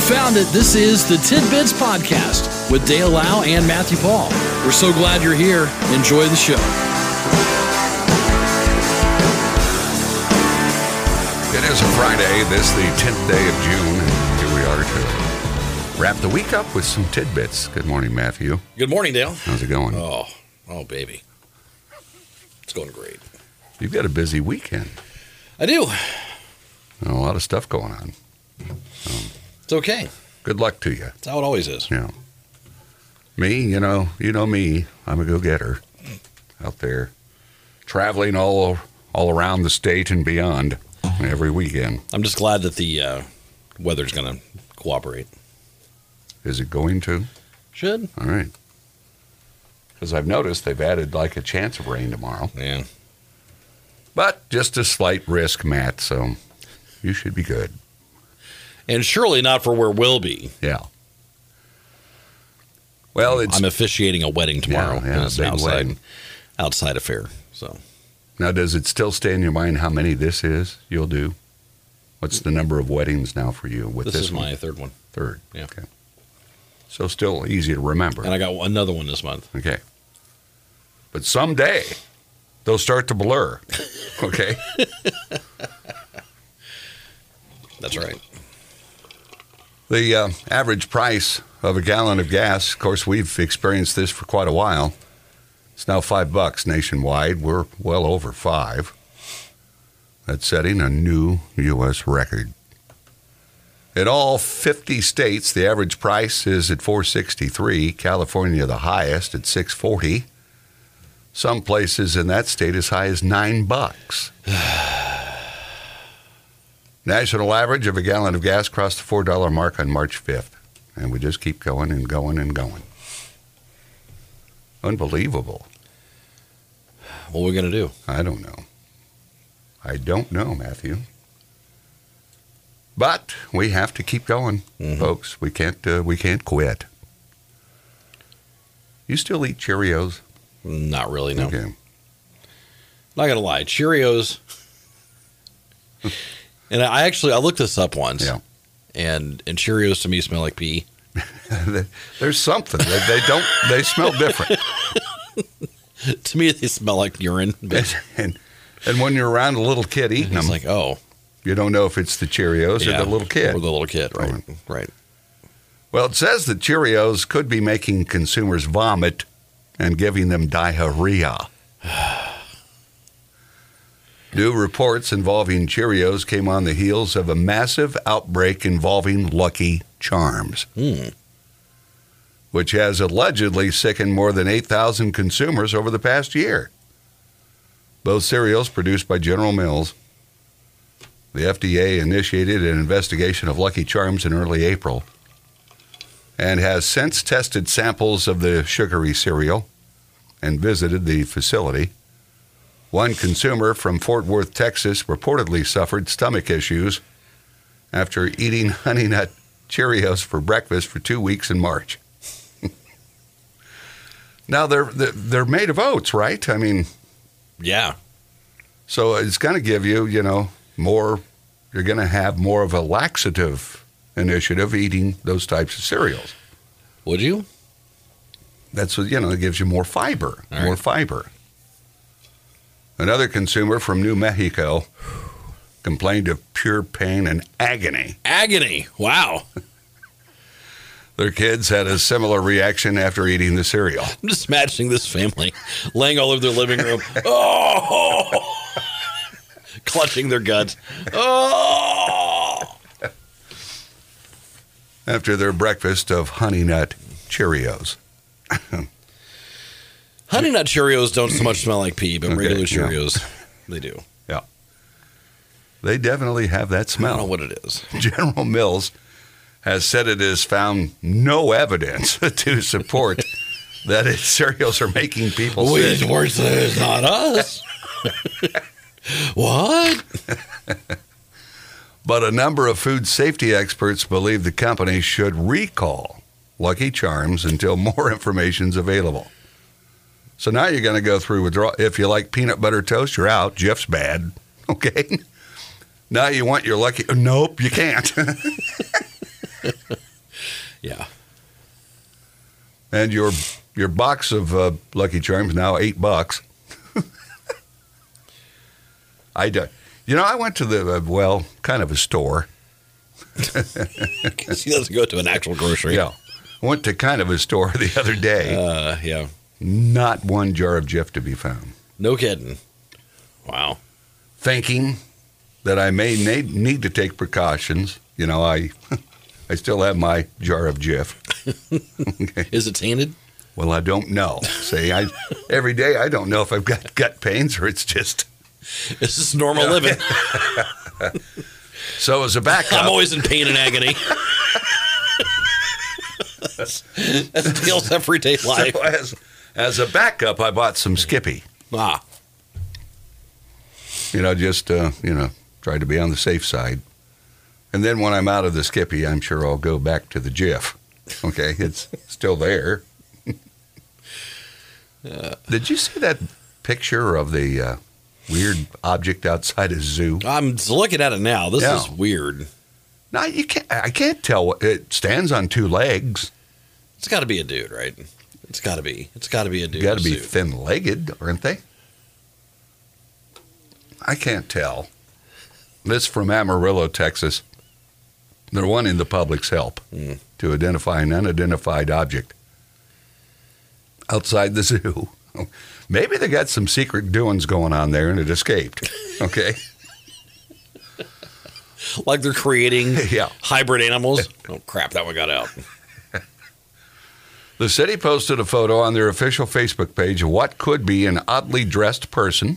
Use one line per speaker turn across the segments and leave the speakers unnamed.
found it. This is the Tidbits Podcast with Dale Lau and Matthew Paul. We're so glad you're here. Enjoy the show.
It is a Friday, this the 10th day of June. Here we are to wrap the week up with some tidbits. Good morning, Matthew.
Good morning, Dale.
How's it going?
Oh, oh, baby. It's going great.
You've got a busy weekend.
I do.
A lot of stuff going on.
It's okay.
Good luck to you.
It's how it always is.
Yeah. Me, you know, you know me. I'm a go-getter out there, traveling all all around the state and beyond every weekend.
I'm just glad that the uh, weather's going to cooperate.
Is it going to?
Should.
All right. Because I've noticed they've added like a chance of rain tomorrow.
Yeah.
But just a slight risk, Matt, so you should be good.
And surely not for where we'll be.
Yeah. Well, it's
I'm officiating a wedding tomorrow.
Yeah, yeah,
and it's an
big
outside,
wedding.
outside affair. So
now does it still stay in your mind how many this is you'll do? What's the number of weddings now for you with
this,
this,
is
one?
my third one.
third?
yeah.
Okay. So still easy to remember.
And I got another one this month.
okay. But someday they'll start to blur. Okay.
That's right.
The uh, average price of a gallon of gas, of course, we've experienced this for quite a while. It's now five bucks nationwide. We're well over five. That's setting a new U.S. record. In all 50 states, the average price is at 463. California, the highest at 640. Some places in that state as high as nine bucks. National average of a gallon of gas crossed the $4 mark on March 5th. And we just keep going and going and going. Unbelievable.
What are we going to do?
I don't know. I don't know, Matthew. But we have to keep going,
Mhm.
folks. We can't uh, we can't quit. You still eat Cheerios?
Not really, no.
Okay.
Not going to lie. Cheerios. and I actually, I looked this up once.
Yeah.
And, and Cheerios to me smell like pee.
There's something. They, they don't they smell different.
to me, they smell like urine. But
and and when you're around a little kid eating them,
it's like, oh,
you don't know if it's the Cheerios
yeah,
or the little kid.
or the little kid, right? Right.
Well, it says that Cheerios could be making consumers vomit and giving them diarrhea. New reports involving Cheerios came on the heels of a massive outbreak involving Lucky Charms,
Hmm.
which has allegedly sickened more than 8,000 consumers over the past year. Both cereals produced by General Mills. The FDA initiated an investigation of Lucky Charms in early April and has since tested samples of the sugary cereal and visited the facility. One consumer from Fort Worth, Texas, reportedly suffered stomach issues after eating Honey Nut Cheerios for breakfast for two weeks in March. now they're they're they're made of oats, right? I mean,
Yeah.
so it's going to give you, you know, more. You're going to have more of a laxative initiative eating those types of cereals.
Would you?
That's what, you know, it gives you more fiber,
All right.
more fiber. Another consumer from New Mexico complained of pure pain and agony.
Agony. Wow.
Their kids had a similar reaction after eating the cereal.
I'm just imagining this family laying all over their living room. Oh. Clutching their guts. Oh.
After their breakfast of Honey Nut Cheerios.
Honey Nut Cheerios don't so much smell like pee, but
Okay,
regular
yeah.
Cheerios, they do.
Yeah. They definitely have that
I don't know
smell.
what it is.
General Mills has said it has found no evidence to support that its cereals are making people sick.
worse than it's not us. what?
But a number of food safety experts believe the company should recall Lucky Charms until more information is available. So now you're going to go through withdrawal. If you like peanut butter toast, you're out. Jeff's bad. Okay. Now you want your lucky. Nope, you can't.
yeah.
And your your box of uh, Lucky Charms now eight bucks. I do. You know, I went to the uh, well, kind of a store.
Because he doesn't go to an actual grocery.
Yeah, went to kind of a store the other day.
Uh, yeah.
Not one jar of Jif to be found.
No kidding. Wow.
Thinking that I may na- need to take precautions. You know, I I still have my jar of Jif.
Is it tainted?
Well, I don't know. See, I every day I don't know if I've got gut pains or it's just
It's just normal living.
so as a backup.
I'm always in pain and agony. that's, that's Dale's everyday life.
So as, as a backup, I bought some Skippy.
ah,
You know, just uh, you know, tried to be on the safe side. And then when I'm out of the Skippy, I'm sure I'll go back to the Jif. Okay, it's still there. Did you see that picture of the uh, weird object outside a zoo?
I'm looking at it now. This
Yeah.
is weird.
No, you can't. I can't tell. what- It stands on two legs.
It's got to be a dude, right? It's got to be. It's got to be a dude.
Got to be
suit.
thin-legged, aren't they? I can't tell. This from Amarillo, Texas. They're wanting the public's help
Mm.
to identify an unidentified object outside the zoo. Maybe they got some secret doings going on there and it escaped. Okay.
like they're creating
yeah.
hybrid animals. Oh crap! That one got out.
The city posted a photo on their official Facebook page of what could be an oddly dressed person.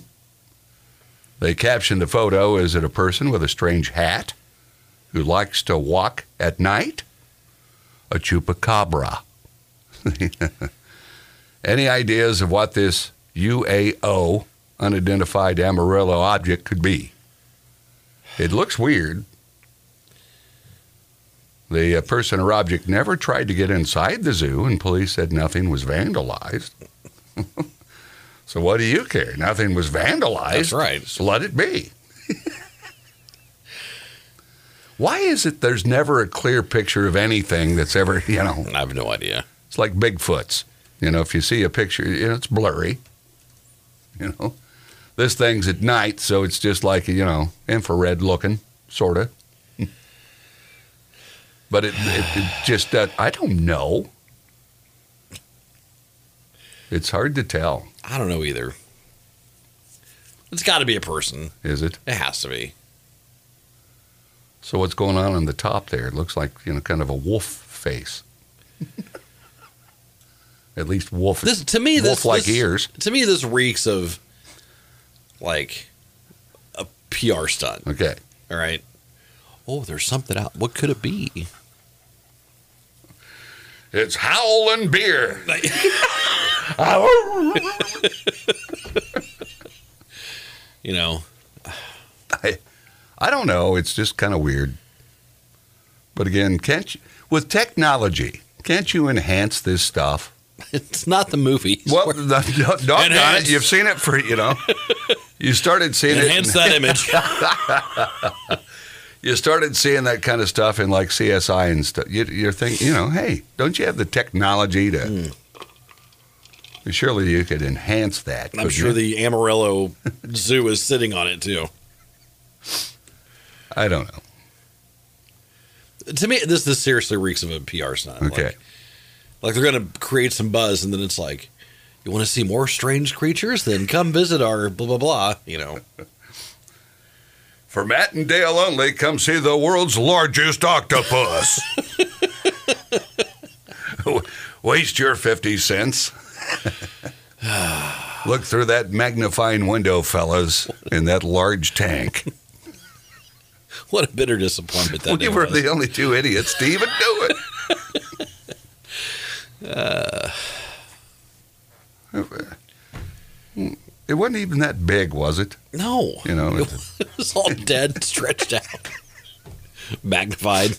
They captioned the photo Is it a person with a strange hat who likes to walk at night? A chupacabra. Any ideas of what this UAO, unidentified Amarillo object, could be? It looks weird. The uh, person or object never tried to get inside the zoo, and police said nothing was vandalized. so, what do you care? Nothing was vandalized.
That's right.
So, let it be. Why is it there's never a clear picture of anything that's ever, you know?
I have no idea.
It's like Bigfoot's. You know, if you see a picture, you know, it's blurry. You know, this thing's at night, so it's just like, you know, infrared looking, sort of. But it, it, it just, uh, I don't know. It's hard to tell,
I don't know either. It's got to be a person.
is it?
It has to be.
So what's going on on the top there? It looks like, you know, kind of a wolf face. at least wolf,
This to me this
wolf-like
this-
ears.
To me, this reeks of like a PR stunt.
Okay.
All right. Oh, there's something out. What could it be?
It's howling beer.
You know,
I, I don't know. It's just kind of weird. But again, can't you, with technology, can't you enhance this stuff?
it's not the movies.
Well, the, no, no, not
Enhance.
it. You've seen it for you know. you started seeing
Enhance
it.
that image.
You started seeing that kind of stuff in like CSI and stuff. You, you're thinking, you know, hey, don't you have the technology to?
Hmm.
Surely you could enhance that.
I'm
couldn't
sure
you?
the Amarillo Zoo is sitting on it too.
I don't know.
To me, this this seriously reeks of a PR stunt.
Okay.
Like, like they're gonna create some buzz, and then it's like, you want to see more strange creatures? Then come visit our blah blah blah. You know.
For Matt and Dale only, come see the world's largest octopus. W- Waste your 50 cents. Look through that magnifying window, fellas, in that large tank.
What a bitter disappointment that
we
day
were
was.
the only two idiots to even do it. Uh. It wasn't even that big, was it?
No,
You know,
it was all dead, stretched out, magnified.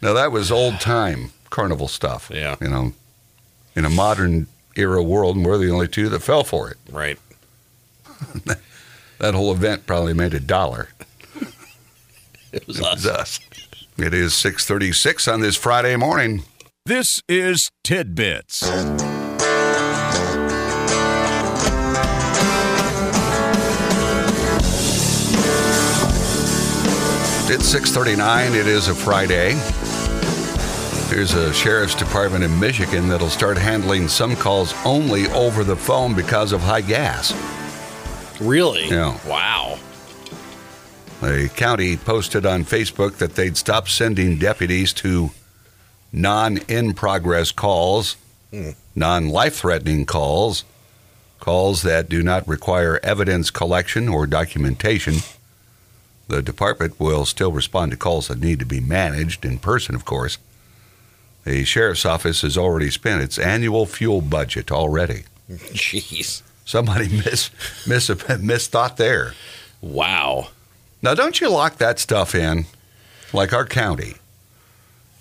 Now that was old time carnival stuff.
Yeah.
You know, in a modern era world, and we're the only two that fell for it.
Right.
That whole event probably made a dollar.
It was
It
us.
is us. It is 6:36 on this Friday morning.
This is Tidbits.
It's 6:39. It is a Friday. There's a sheriff's department in Michigan that'll start handling some calls only over the phone because of high gas.
Really?
Yeah.
Wow.
The county posted on Facebook that they'd stop sending deputies to non in progress calls, non life threatening calls, calls that do not require evidence collection or documentation. The department will still respond to calls that need to be managed in person, of course. The sheriff's office has already spent its annual fuel budget already.
Jeez.
Somebody mis, mis, misthought there.
Wow.
Now, don't you lock that stuff in, like our county?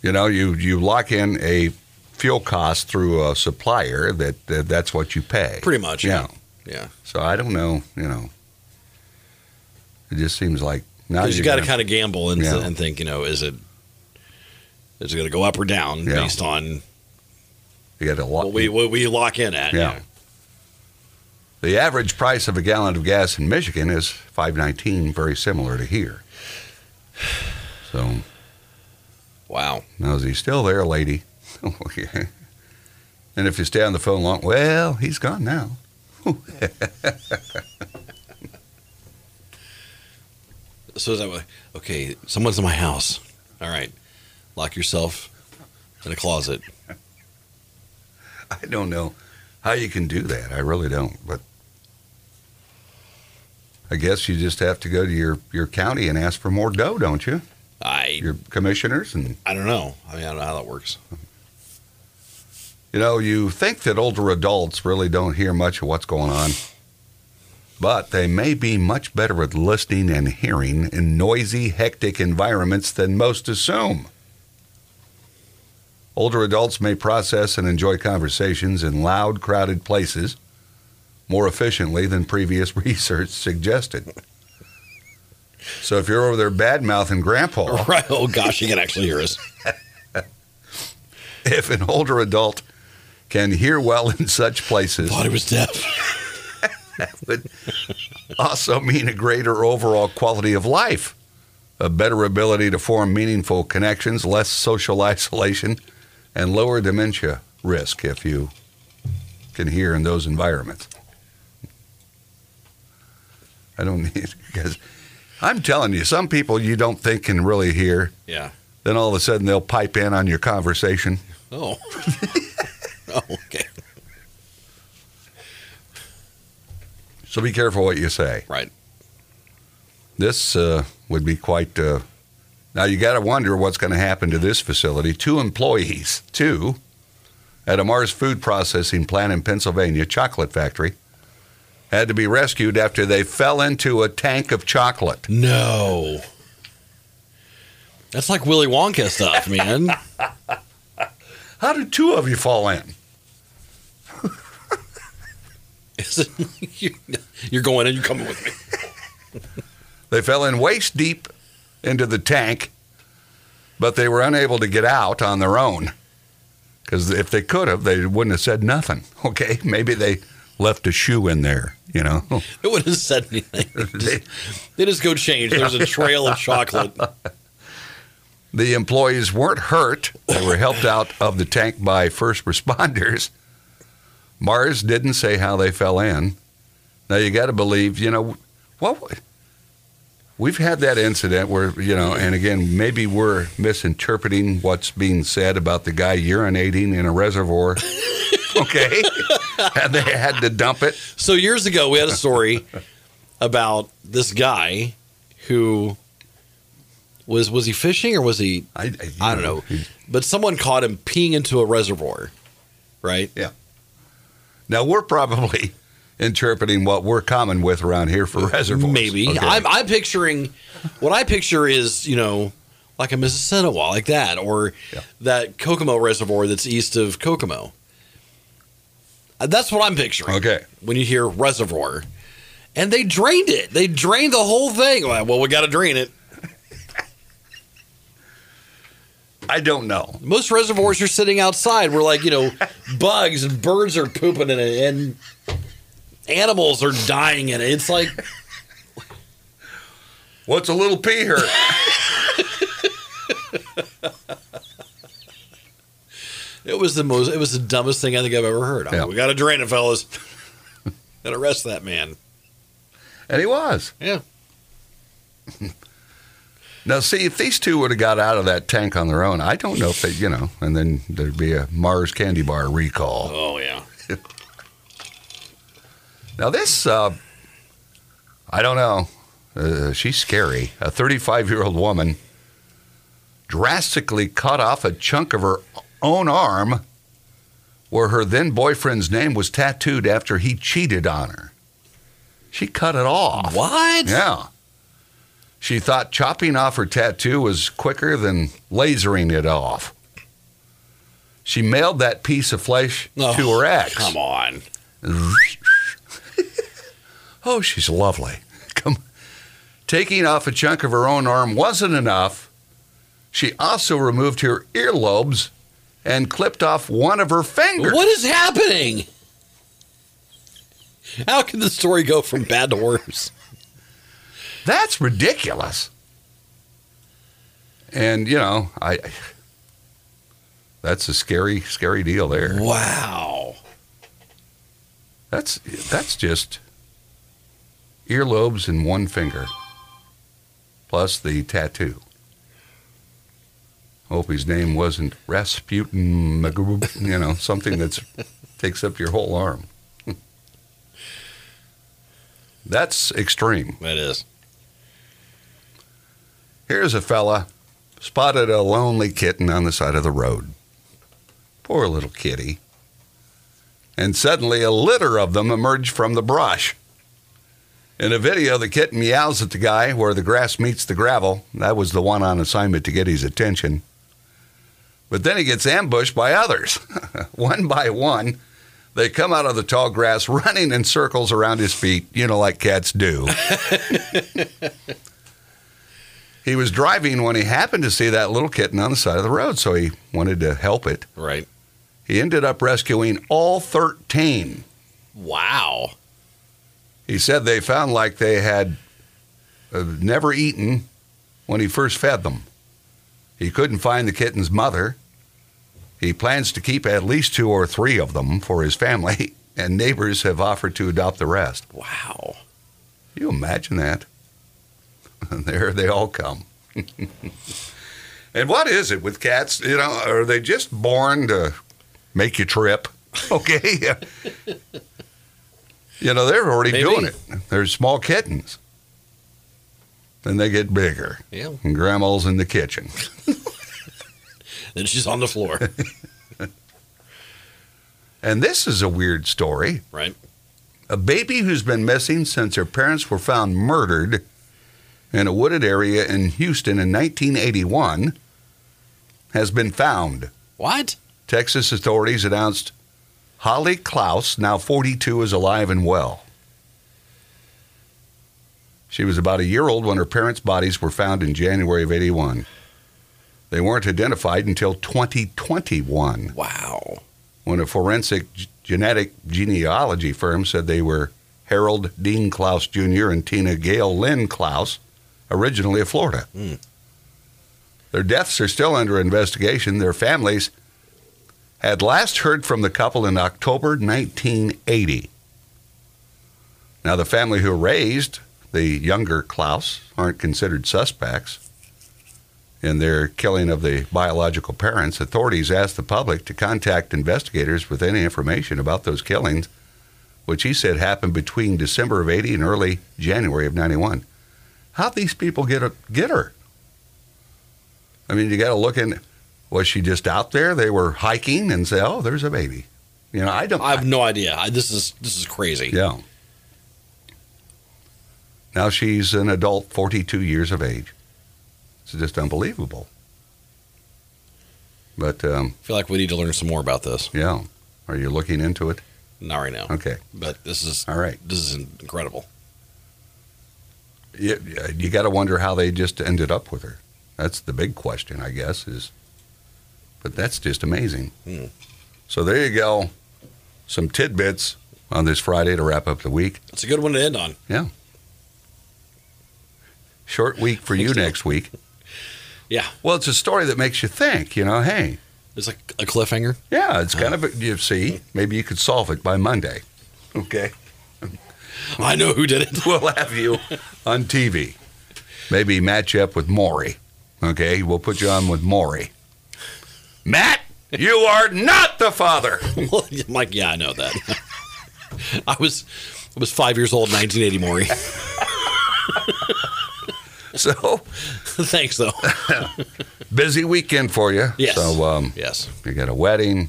You know, you you lock in a fuel cost through a supplier that, that that's what you pay.
Pretty much.
yeah.
Yeah.
So I don't know. You know, it just seems like now
Because you
you're
got to
gonna-
kind of gamble and,
Yeah.
and think, you know, is it is it going to go up or down
Yeah.
based on
you got to lock.
what we what we lock in at?
Yeah. the average price of a gallon of gas in Michigan is five nineteen, very similar to here. So
Wow.
now is he still there, lady? Okay. and if you stay on the phone long, well, he's gone now.
So is that what, okay? Someone's in my house. All right, lock yourself in a closet.
I don't know how you can do that. I really don't. But I guess you just have to go to your, your county and ask for more dough, don't you?
I
Your commissioners and
I don't know. I mean, I don't know how that works.
you know you think that older adults really don't hear much of what's going on, but they may be much better at listening and hearing in noisy, hectic environments than most assume. Older adults may process and enjoy conversations in loud, crowded places more efficiently than previous research suggested. So if you're over there bad mouthing grandpa,
Right? Oh gosh, he can actually hear us.
if an older adult can hear well in such places,
Thought he was deaf.
would also mean a greater overall quality of life, a better ability to form meaningful connections, less social isolation, and lower dementia risk if you can hear in those environments. I don't need because I'm telling you, some people you don't think can really hear.
Yeah.
Then all of a sudden they'll pipe in on your conversation.
Oh. oh. Okay.
So be careful what you say.
Right.
This uh, would be quite. Uh, now you got to wonder what's going to happen to this facility. Two employees, two, at a Mars food processing plant in Pennsylvania chocolate factory, had to be rescued after they fell into a tank of chocolate.
No. That's like Willy Wonka stuff, man.
How did two of you fall in?
Isn't- you- You're going and you're coming with me.
They fell in waist deep into the tank, but they were unable to get out on their own. Because if they could have, they wouldn't have said nothing. Okay, maybe they left a shoe in there. You know.
It wouldn't have said anything.
They-
They just go change. There's a trail of chocolate.
The employees weren't hurt. They were helped out of the tank by first responders. Mars didn't say how they fell in. Now you got to believe, you know, what we've had that incident where, you know, and again, maybe we're misinterpreting what's being said about the guy urinating in a reservoir. okay. and they had to dump it.
So years ago, we had a story about this guy who was was he fishing or was he?
I,
I don't know. But someone caught him peeing into a reservoir, right?
Now we're probably interpreting what we're common with around here for reservoirs.
Maybe
Okay.
I'm, I'm picturing what I picture is you know like a Mississinawa like that or
Yeah.
that Kokomo reservoir that's east of Kokomo. Uh, That's what I'm picturing.
Okay.
when you hear reservoir. And they drained it. They drained the whole thing. Like, well, we got to drain it.
I don't know.
Most reservoirs are sitting outside where, like, you know, bugs and birds are pooping in it and animals are dying in it. It's like,
What's a little pee hurt?
it was the most, it was the dumbest thing I think I've ever heard. I'm like,
Yeah.
we got to drain it, fellas. Gotta arrest that man.
and he was.
Yeah.
Now, see, if these two would have got out of that tank on their own, I don't know if they, you know, and then there'd be a Mars candy bar recall.
Oh, yeah.
Now, this, uh, I don't know. Uh, she's scary. A 35 year old woman drastically cut off a chunk of her own arm where her then boyfriend's name was tattooed after he cheated on her. She cut it off.
What?
Yeah. She thought chopping off her tattoo was quicker than lasering it off. She mailed that piece of flesh
Oh,
to her ex.
Come on.
Oh, she's lovely. Come. Taking off a chunk of her own arm wasn't enough. She also removed her earlobes and clipped off one of her fingers.
What is happening? How can the story go from bad to worse?
That's ridiculous. And you know, I that's a scary, scary deal there.
Wow.
That's that's just earlobes and one finger, plus the tattoo. Hope his name wasn't Rasputin, Magub- you know, something that's takes up your whole arm. that's extreme.
That is.
Here's a fella spotted a lonely kitten on the side of the road. Poor little kitty. And suddenly a litter of them emerged from the brush. In a video, the kitten meows at the guy where the grass meets the gravel. That was the one on assignment to get his attention. But then he gets ambushed by others. one by one, they come out of the tall grass running in circles around his feet, you know, like cats do. he was driving when he happened to see that little kitten on the side of the road, so he wanted to help it.
Right.
He ended up rescuing all 13.
Wow.
He said they found like they had uh, never eaten when he first fed them. He couldn't find the kitten's mother. He plans to keep at least two or three of them for his family, and neighbors have offered to adopt the rest.
Wow.
You imagine that? there they all come. and what is it with cats? You know, are they just born to make you trip? Okay. you know, they're already
Maybe.
doing it. They're small kittens. Then they get bigger,
Yeah.
and grandma's in the kitchen.
Then she's on the floor.
And this is a weird story.
Right.
A baby who's been missing since her parents were found murdered in a wooded area in Houston in 1981 has been found.
What?
Texas authorities announced Holly Klaus, now 42, is alive and well. She was about a year old when her parents' bodies were found in January of 81. They weren't identified until 2021
Wow.
when a forensic g- genetic genealogy firm said they were Harold Dean Klaus Jr. and Tina Gail Lynn Klaus, originally of Florida.
Hmm.
Their deaths are still under investigation. Their families had last heard from the couple in October 1980. Now, the family who raised the younger Klaus aren't considered suspects in their killing of the biological parents, authorities asked the public to contact investigators with any information about those killings, which he said happened between December of 80 and early January of 91. How'd these people get, a, get her? I mean, you got to look in. Was she just out there? They were hiking and say, oh, there's a baby. You know, I don't.
I have no idea. I, this is this is crazy.
Yeah. Now she's an adult, 42 years of age. It's just unbelievable. But um,
I feel like we need to learn some more about this.
yeah, are you looking into it?
Not right now,
Okay,
but this is
all right.
this is incredible.
You, you got to wonder how they just ended up with her. That's the big question, I guess. Is But that's just amazing.
Hmm.
So there you go. Some tidbits on this Friday to wrap up the week.
It's a good one to end on.
Short week for you next week.
Yeah.
Well, it's a story that makes you think, you know, hey,
It's like a cliffhanger.
yeah, it's kind of, a, you see, maybe you could solve it by Monday. Okay.
I know who did it.
We'll have you on TV. Maybe match you up with Maury. Okay. We'll put you on with Maury. Matt, you are not the father.
Well, I'm like, yeah, I know that. I was I was five years old, in 1980, Maury.
So
Thanks, though.
busy weekend for you.
Yes.
So, um,
Yes,
you got a wedding.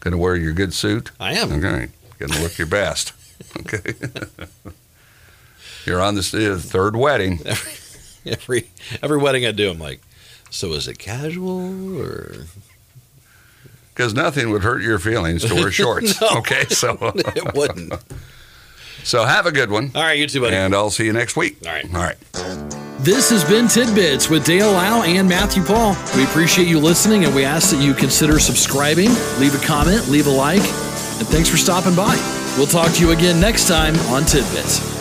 Going to wear your good suit.
I am.
Okay. Going to look your best. Okay. You're on this uh, third wedding.
Every every wedding I do, I'm like, so is it casual or
Because nothing would hurt your feelings to wear shorts.
No.
Okay, so
it wouldn't? All
so have a good one,
right, you too, buddy.
and I'll see you next week.
All right.
All right.
This has been Tidbits with Dale Lau and Matthew Paul. We appreciate you listening and we ask that you consider subscribing, leave a comment, leave a like, and thanks for stopping by. We'll talk to you again next time on Tidbits.